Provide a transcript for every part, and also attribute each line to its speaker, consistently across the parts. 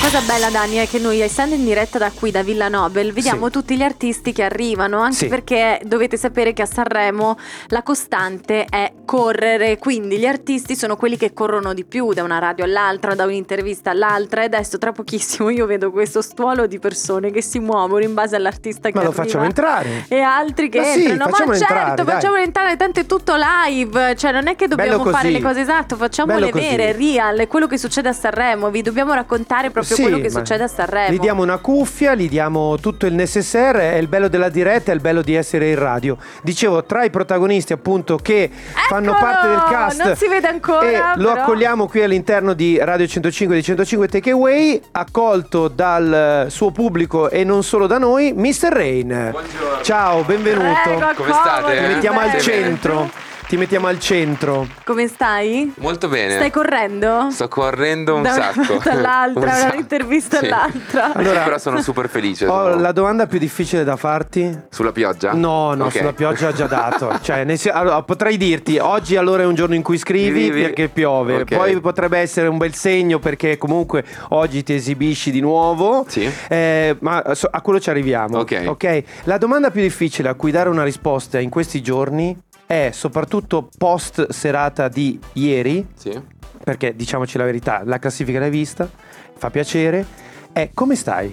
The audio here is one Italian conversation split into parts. Speaker 1: cosa bella, Dani, è che noi, essendo in diretta da qui, da Villa Nobel, vediamo
Speaker 2: Sì.
Speaker 1: tutti gli artisti che arrivano, anche
Speaker 2: Sì.
Speaker 1: perché dovete sapere che a Sanremo la costante è correre, quindi gli artisti sono quelli che corrono di più da una radio all'altra, da un'intervista all'altra e adesso tra pochissimo io vedo questo stuolo di persone che si muovono in base all'artista che
Speaker 2: Ma lo
Speaker 1: arriva.
Speaker 2: facciamo entrare.
Speaker 1: e altri che
Speaker 2: Ma sì,
Speaker 1: entrano, ma certo,
Speaker 2: facciamolo entrare, dai.
Speaker 1: facciamolo entrare, tanto è tutto live, cioè non è che dobbiamo
Speaker 2: Bello
Speaker 1: fare
Speaker 2: così.
Speaker 1: le cose esatto, facciamole
Speaker 2: Bello così.
Speaker 1: vere, real, è quello che succede a Sanremo, vi dobbiamo raccontare proprio
Speaker 2: Sì,
Speaker 1: quello che
Speaker 2: ma
Speaker 1: succede a Sanremo.
Speaker 2: Gli diamo una cuffia, gli diamo tutto il necessaire, è il bello della diretta, è il bello di essere in radio. Dicevo, tra i protagonisti appunto che fanno
Speaker 1: Eccolo!
Speaker 2: parte del cast
Speaker 1: Ecco! Non si vede ancora,
Speaker 2: e lo
Speaker 1: però.
Speaker 2: accogliamo qui all'interno di Radio 105 di 105 Takeaway, accolto dal suo pubblico e non solo da noi, Mr. Rain.
Speaker 3: Buongiorno.
Speaker 2: Ciao, benvenuto.
Speaker 1: Prego,
Speaker 3: Come state?
Speaker 1: accomodati,
Speaker 2: Ti mettiamo al
Speaker 1: prego.
Speaker 3: Bene.
Speaker 2: centro. Ti mettiamo al centro.
Speaker 1: Come stai?
Speaker 3: Molto bene.
Speaker 1: Stai correndo?
Speaker 3: Sto correndo un
Speaker 1: Da una
Speaker 3: sacco.
Speaker 1: parte all'altra,
Speaker 3: Un
Speaker 1: da
Speaker 3: sacco.
Speaker 1: un'intervista
Speaker 3: Sì.
Speaker 1: all'altra.
Speaker 2: Allora-
Speaker 3: Però sono super felice.
Speaker 2: Ho Oh,
Speaker 3: sono-
Speaker 2: la domanda più difficile da farti.
Speaker 3: Sulla pioggia?
Speaker 2: No, no,
Speaker 3: Ok.
Speaker 2: sulla pioggia ho già dato. cioè, nel sen- allora, potrei dirti, oggi allora è un giorno in cui scrivi
Speaker 3: Scrivi.
Speaker 2: perché piove.
Speaker 3: Ok.
Speaker 2: Poi potrebbe essere un bel segno perché comunque oggi ti esibisci di nuovo.
Speaker 3: Sì.
Speaker 2: Eh, ma so- a quello ci arriviamo.
Speaker 3: Ok.
Speaker 2: ok. La domanda più difficile a cui dare una risposta in questi giorni è soprattutto post serata di ieri,
Speaker 3: Sì.
Speaker 2: perché diciamoci la verità, la classifica l'hai vista, fa piacere. È come stai?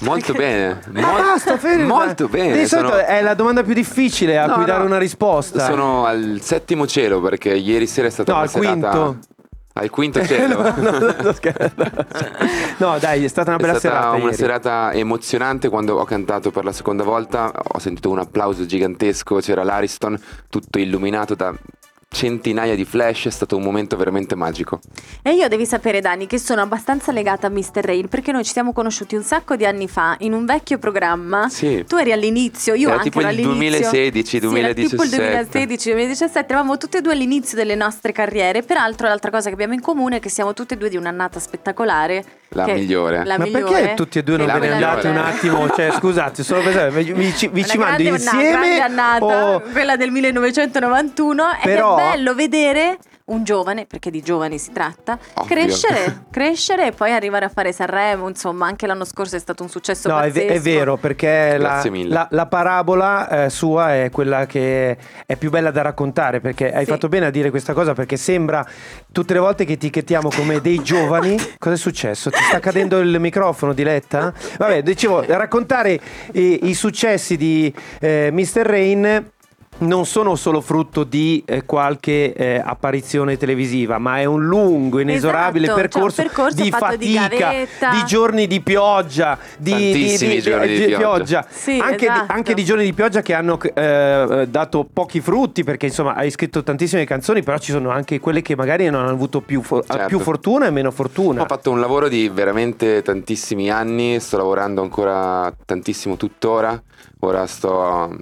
Speaker 3: Molto bene.
Speaker 2: Ma
Speaker 3: Mol-
Speaker 2: Ah, basta, fermi.
Speaker 3: Molto bene.
Speaker 2: Di solito
Speaker 3: sono-
Speaker 2: è la domanda più difficile a
Speaker 3: No,
Speaker 2: cui
Speaker 3: no.
Speaker 2: dare una risposta.
Speaker 3: Sono al settimo cielo perché ieri sera è stata
Speaker 2: No,
Speaker 3: una
Speaker 2: al
Speaker 3: serata-
Speaker 2: quinto.
Speaker 3: Al quinto cielo.
Speaker 2: no, no, no, sto scherzando. No, dai, è stata una bella
Speaker 3: è stata
Speaker 2: serata.
Speaker 3: una
Speaker 2: ieri.
Speaker 3: serata emozionante quando ho cantato per la seconda volta, ho sentito un applauso gigantesco, c'era l'Ariston tutto illuminato da centinaia di flash, è stato un momento veramente magico.
Speaker 1: E io devi sapere, Dani, che sono abbastanza legata a Mr. Rain perché noi ci siamo conosciuti un sacco di anni fa in un vecchio programma.
Speaker 3: Sì.
Speaker 1: Ah, Tu eri all'inizio, io
Speaker 3: Era
Speaker 1: anche
Speaker 3: tipo
Speaker 1: ero
Speaker 3: il
Speaker 1: all'inizio.
Speaker 3: 2016,
Speaker 1: Sì, era tipo il
Speaker 3: 2017.
Speaker 1: 2016, 2017, eravamo tutte e due all'inizio delle nostre carriere. Peraltro, l'altra cosa che abbiamo in comune è che siamo tutte e due di un'annata spettacolare.
Speaker 3: La
Speaker 1: che-
Speaker 3: migliore.
Speaker 1: la
Speaker 2: Ma
Speaker 1: migliore,
Speaker 2: perché tutti e due non
Speaker 1: che
Speaker 3: La
Speaker 2: ve ne
Speaker 1: quella
Speaker 2: andate un
Speaker 1: del-
Speaker 2: attimo? Cioè, scusate, solo per vi, vi ci, vi
Speaker 1: Una
Speaker 2: ci mando
Speaker 1: grande annata,
Speaker 2: insieme.
Speaker 1: grande annata,
Speaker 2: o-
Speaker 1: quella del 1991 ed
Speaker 2: Però-
Speaker 1: è bello vedere un giovane, perché di giovani si tratta,
Speaker 3: Ovvio.
Speaker 1: crescere, crescere e poi arrivare a fare Sanremo, insomma, anche l'anno scorso è stato un successo
Speaker 2: No, è,
Speaker 1: pazzesco.
Speaker 2: ve- è vero, perché la,
Speaker 3: Grazie mille.
Speaker 2: la- la parabola eh, sua è quella che è più bella da raccontare, perché hai
Speaker 1: Sì.
Speaker 2: fatto bene a dire questa cosa, perché sembra tutte le volte che etichettiamo come dei giovani, cosa è successo? Ti sta cadendo il microfono, Diletta? Vabbè, dicevo, raccontare i, i successi di eh, Mr. Rain... Non sono solo frutto di eh, qualche eh, apparizione televisiva, ma è un lungo, inesorabile
Speaker 1: Esatto, cioè, un
Speaker 2: percorso,
Speaker 1: percorso
Speaker 2: di
Speaker 1: fatto di
Speaker 2: fatica,
Speaker 1: gavetta.
Speaker 2: di giorni di pioggia, di, di-
Speaker 3: Tantissimi giorni di pioggia.
Speaker 1: Sì,
Speaker 2: anche,
Speaker 1: esatto.
Speaker 2: di, anche di giorni di pioggia che hanno eh, dato pochi frutti perché insomma hai scritto tantissime canzoni però ci sono anche quelle che magari non hanno avuto più, fo-
Speaker 3: Certo.
Speaker 2: più fortuna e meno fortuna
Speaker 3: Ho fatto un lavoro di veramente tantissimi anni, sto lavorando ancora tantissimo tuttora, ora sto um,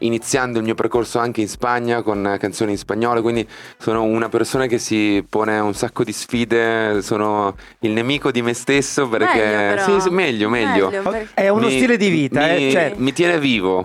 Speaker 3: iniziando il mio percorso anche in Spagna con canzoni in spagnolo, quindi sono una persona che si pone un sacco di sfide, sono il nemico di me stesso perché...
Speaker 1: Meglio, però.
Speaker 3: Sì, sì, meglio, meglio. Eh,
Speaker 1: Meglio.
Speaker 2: Ho- è uno
Speaker 3: Mi-
Speaker 2: stile di vita
Speaker 3: mi-
Speaker 2: eh, cioè,
Speaker 3: mi tiene vivo.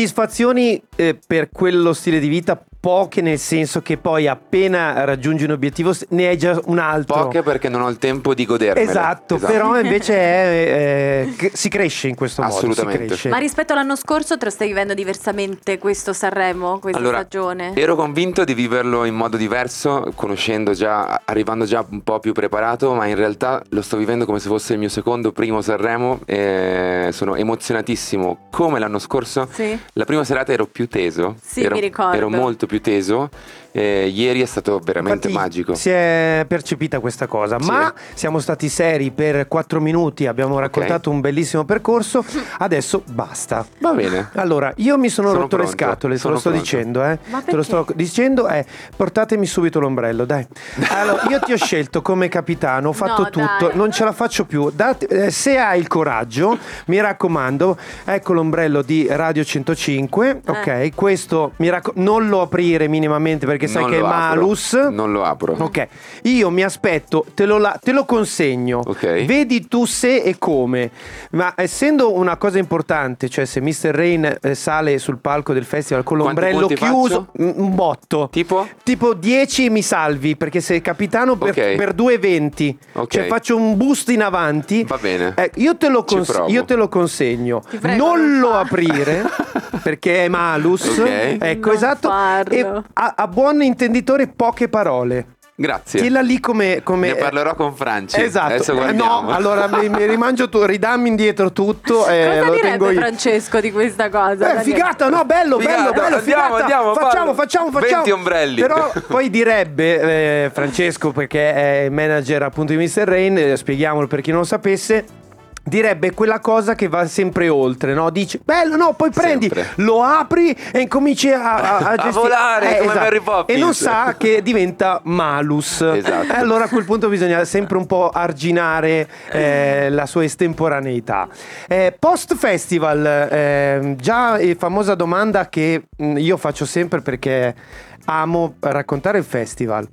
Speaker 2: soddisfazioni eh, per quello stile di vita poche nel senso che poi appena raggiungi un obiettivo s- ne hai già un altro
Speaker 3: Poche perché non ho il tempo di godermele.
Speaker 2: Esatto, però invece è, eh, che- si cresce in questo modo. si
Speaker 3: Assolutamente.
Speaker 2: cresce.
Speaker 1: Ma rispetto all'anno scorso te lo stai vivendo diversamente questo Sanremo, questa
Speaker 3: Allora,
Speaker 1: stagione?
Speaker 3: Ero convinto di viverlo in modo diverso, conoscendo già, arrivando già un po' più preparato, ma in realtà lo sto vivendo come se fosse il mio secondo, primo Sanremo e sono emozionatissimo. Come l'anno scorso,
Speaker 1: Sì.
Speaker 3: la prima serata ero più teso.
Speaker 1: Sì,
Speaker 3: ero,
Speaker 1: mi ricordo.
Speaker 3: Ero molto più teso. e ieri è stato veramente
Speaker 2: Infatti
Speaker 3: magico.
Speaker 2: Si è percepita questa cosa,
Speaker 3: Sì.
Speaker 2: ma siamo stati seri per 4 minuti, abbiamo raccontato un bellissimo percorso, adesso basta.
Speaker 3: Va bene.
Speaker 2: Allora, io mi sono,
Speaker 3: Sono
Speaker 2: rotto le
Speaker 3: pronto,
Speaker 2: scatole, te
Speaker 3: sono
Speaker 2: lo sto
Speaker 3: pronto.
Speaker 2: dicendo, eh.
Speaker 1: Ma
Speaker 2: Te lo sto
Speaker 1: perché?
Speaker 2: dicendo, eh, portatemi subito l'ombrello, dai. Allora, io ti ho scelto come capitano, ho fatto
Speaker 1: No,
Speaker 2: tutto,
Speaker 1: dai.
Speaker 2: non ce la faccio più. Date- eh, se hai il coraggio, mi
Speaker 1: Eh.
Speaker 2: raccomando, ecco l'ombrello di Radio 105, ok? Questo mi racco- non l'ho aprire minimamente perché sai
Speaker 3: Non
Speaker 2: che è
Speaker 3: lo apro,
Speaker 2: malus.
Speaker 3: Non lo apro.
Speaker 2: Ok, io mi aspetto, te lo, la- te lo consegno.
Speaker 3: Ok.
Speaker 2: Vedi tu se e come. Ma essendo una cosa importante, cioè se Mr. Rain eh, sale sul palco del festival con
Speaker 3: Quanti
Speaker 2: l'ombrello
Speaker 3: punti
Speaker 2: chiuso, mm, un botto.
Speaker 3: Tipo?
Speaker 2: Tipo 10 mi salvi perché sei capitano per,
Speaker 3: Ok.
Speaker 2: per 2,20.
Speaker 3: Ok.
Speaker 2: Cioè faccio un boost in avanti.
Speaker 3: Va bene.
Speaker 2: Eh, io, te lo
Speaker 3: Ci
Speaker 2: cons-
Speaker 3: provo.
Speaker 2: io te lo consegno.
Speaker 1: Ti prego, non
Speaker 2: non lo
Speaker 1: fa-
Speaker 2: aprire perché è malus.
Speaker 3: Ok.
Speaker 2: Ecco,
Speaker 1: Non
Speaker 2: esatto.
Speaker 1: farlo.
Speaker 2: E a, a buon intenditore, poche parole.
Speaker 3: Grazie.
Speaker 2: Tienila lì come. come-
Speaker 3: Ne parlerò con Franci. Adesso
Speaker 2: Esatto, Eh,
Speaker 3: guardiamo.
Speaker 2: no, allora mi, mi rimangio tu, ridammi indietro
Speaker 3: eh,
Speaker 2: tutto e
Speaker 1: Cosa
Speaker 2: lo tengo
Speaker 1: direbbe
Speaker 2: io.
Speaker 1: Francesco di questa cosa?
Speaker 2: Eh, figata, no, bello,
Speaker 3: Figata,
Speaker 2: bello, bello,
Speaker 3: andiamo,
Speaker 2: figata.
Speaker 3: andiamo,
Speaker 2: facciamo,
Speaker 3: parlo.
Speaker 2: facciamo,
Speaker 3: 20
Speaker 2: facciamo.
Speaker 3: ombrelli.
Speaker 2: Però poi direbbe eh, Francesco, perché è il manager appunto di Mr. Rain, eh, spieghiamolo per chi non lo sapesse. Direbbe quella cosa che va sempre oltre, no? Dici, bello, no, poi prendi,
Speaker 3: Sempre.
Speaker 2: lo apri e incominci a, a,
Speaker 3: A
Speaker 2: gestire- Eh, esatto.
Speaker 3: volare, come Mary Poppins.
Speaker 2: E non sa che diventa malus.
Speaker 3: Esatto.
Speaker 2: E allora a quel punto bisogna sempre un po' arginare eh, la sua estemporaneità. post festival, già eh, famosa domanda che mh, io faccio sempre perché amo raccontare il festival.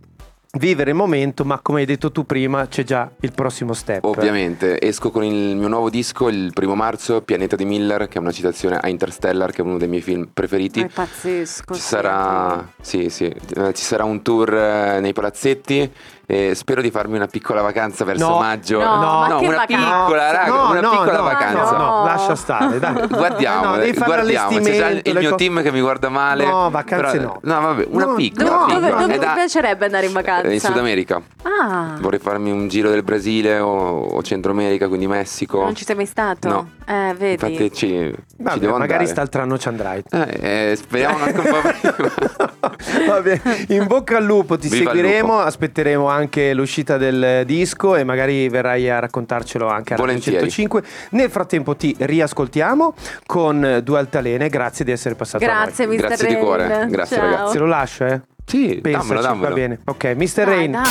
Speaker 2: Vivere il momento, ma come hai detto tu prima, c'è già il prossimo step.
Speaker 3: Ovviamente, esco con il mio nuovo disco il primo marzo, Pianeta di Miller, che è una citazione a Interstellar, che è uno dei miei film preferiti.
Speaker 1: È pazzesco.
Speaker 3: Ci
Speaker 1: sì.
Speaker 3: sarà, sì, sì, eh, ci sarà un tour eh, nei palazzetti e spero di farmi una piccola vacanza verso
Speaker 2: No.
Speaker 3: maggio.
Speaker 1: No, ma che
Speaker 3: una
Speaker 1: vacanza?
Speaker 3: piccola, raga,
Speaker 2: No,
Speaker 3: una
Speaker 2: no,
Speaker 3: piccola
Speaker 2: no,
Speaker 3: vacanza.
Speaker 2: No, no, lascia stare, dai.
Speaker 3: Guardiamo,
Speaker 2: No,
Speaker 3: eh,
Speaker 2: devi fare
Speaker 3: guardiamo, c'è già il,
Speaker 2: l'allestimento,
Speaker 3: il
Speaker 2: le
Speaker 3: mio
Speaker 2: co-
Speaker 3: team che mi guarda male.
Speaker 2: No, vacanze
Speaker 3: però-
Speaker 2: no.
Speaker 3: No, vabbè, una
Speaker 2: No,
Speaker 3: piccola.
Speaker 2: no,
Speaker 3: piccola. eh,
Speaker 1: Dove,
Speaker 2: no.
Speaker 1: dove
Speaker 3: È
Speaker 1: ti
Speaker 3: da-
Speaker 1: piacerebbe andare in vacanza?
Speaker 3: Eh, in Sud America.
Speaker 1: Ah,
Speaker 3: Vorrei farmi un giro del Brasile o, o Centro America, quindi Messico.
Speaker 1: non ci sei mai stato?
Speaker 3: No.
Speaker 1: Eh, vedi.
Speaker 3: Infatti ci, ci
Speaker 2: Vabbè,
Speaker 3: devo
Speaker 2: magari
Speaker 3: andare.
Speaker 2: st'altro anno ci andrai.
Speaker 3: Eh, eh, speriamo anche un po' prima.
Speaker 2: Vabbè, in bocca al lupo, ti
Speaker 3: Viva il
Speaker 2: seguiremo,
Speaker 3: lupo.
Speaker 2: aspetteremo anche l'uscita del disco e magari verrai a raccontarcelo anche a Radio
Speaker 3: Volentieri.
Speaker 2: 105. Nel frattempo ti riascoltiamo con eh, Due Altalene, grazie di essere passato a noi.
Speaker 1: Grazie, Mr.
Speaker 3: Grazie di cuore,
Speaker 1: Rain.
Speaker 3: grazie,
Speaker 1: Ciao.
Speaker 3: ragazzi.
Speaker 2: Se lo lascio, eh?
Speaker 3: Sì,
Speaker 2: Pensaci,
Speaker 3: dammelo, dammelo.
Speaker 2: va bene. Ok, Mr.
Speaker 1: Dai,
Speaker 2: Rain.
Speaker 1: Dani.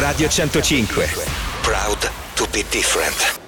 Speaker 4: Radio 105.
Speaker 5: Proud to be different.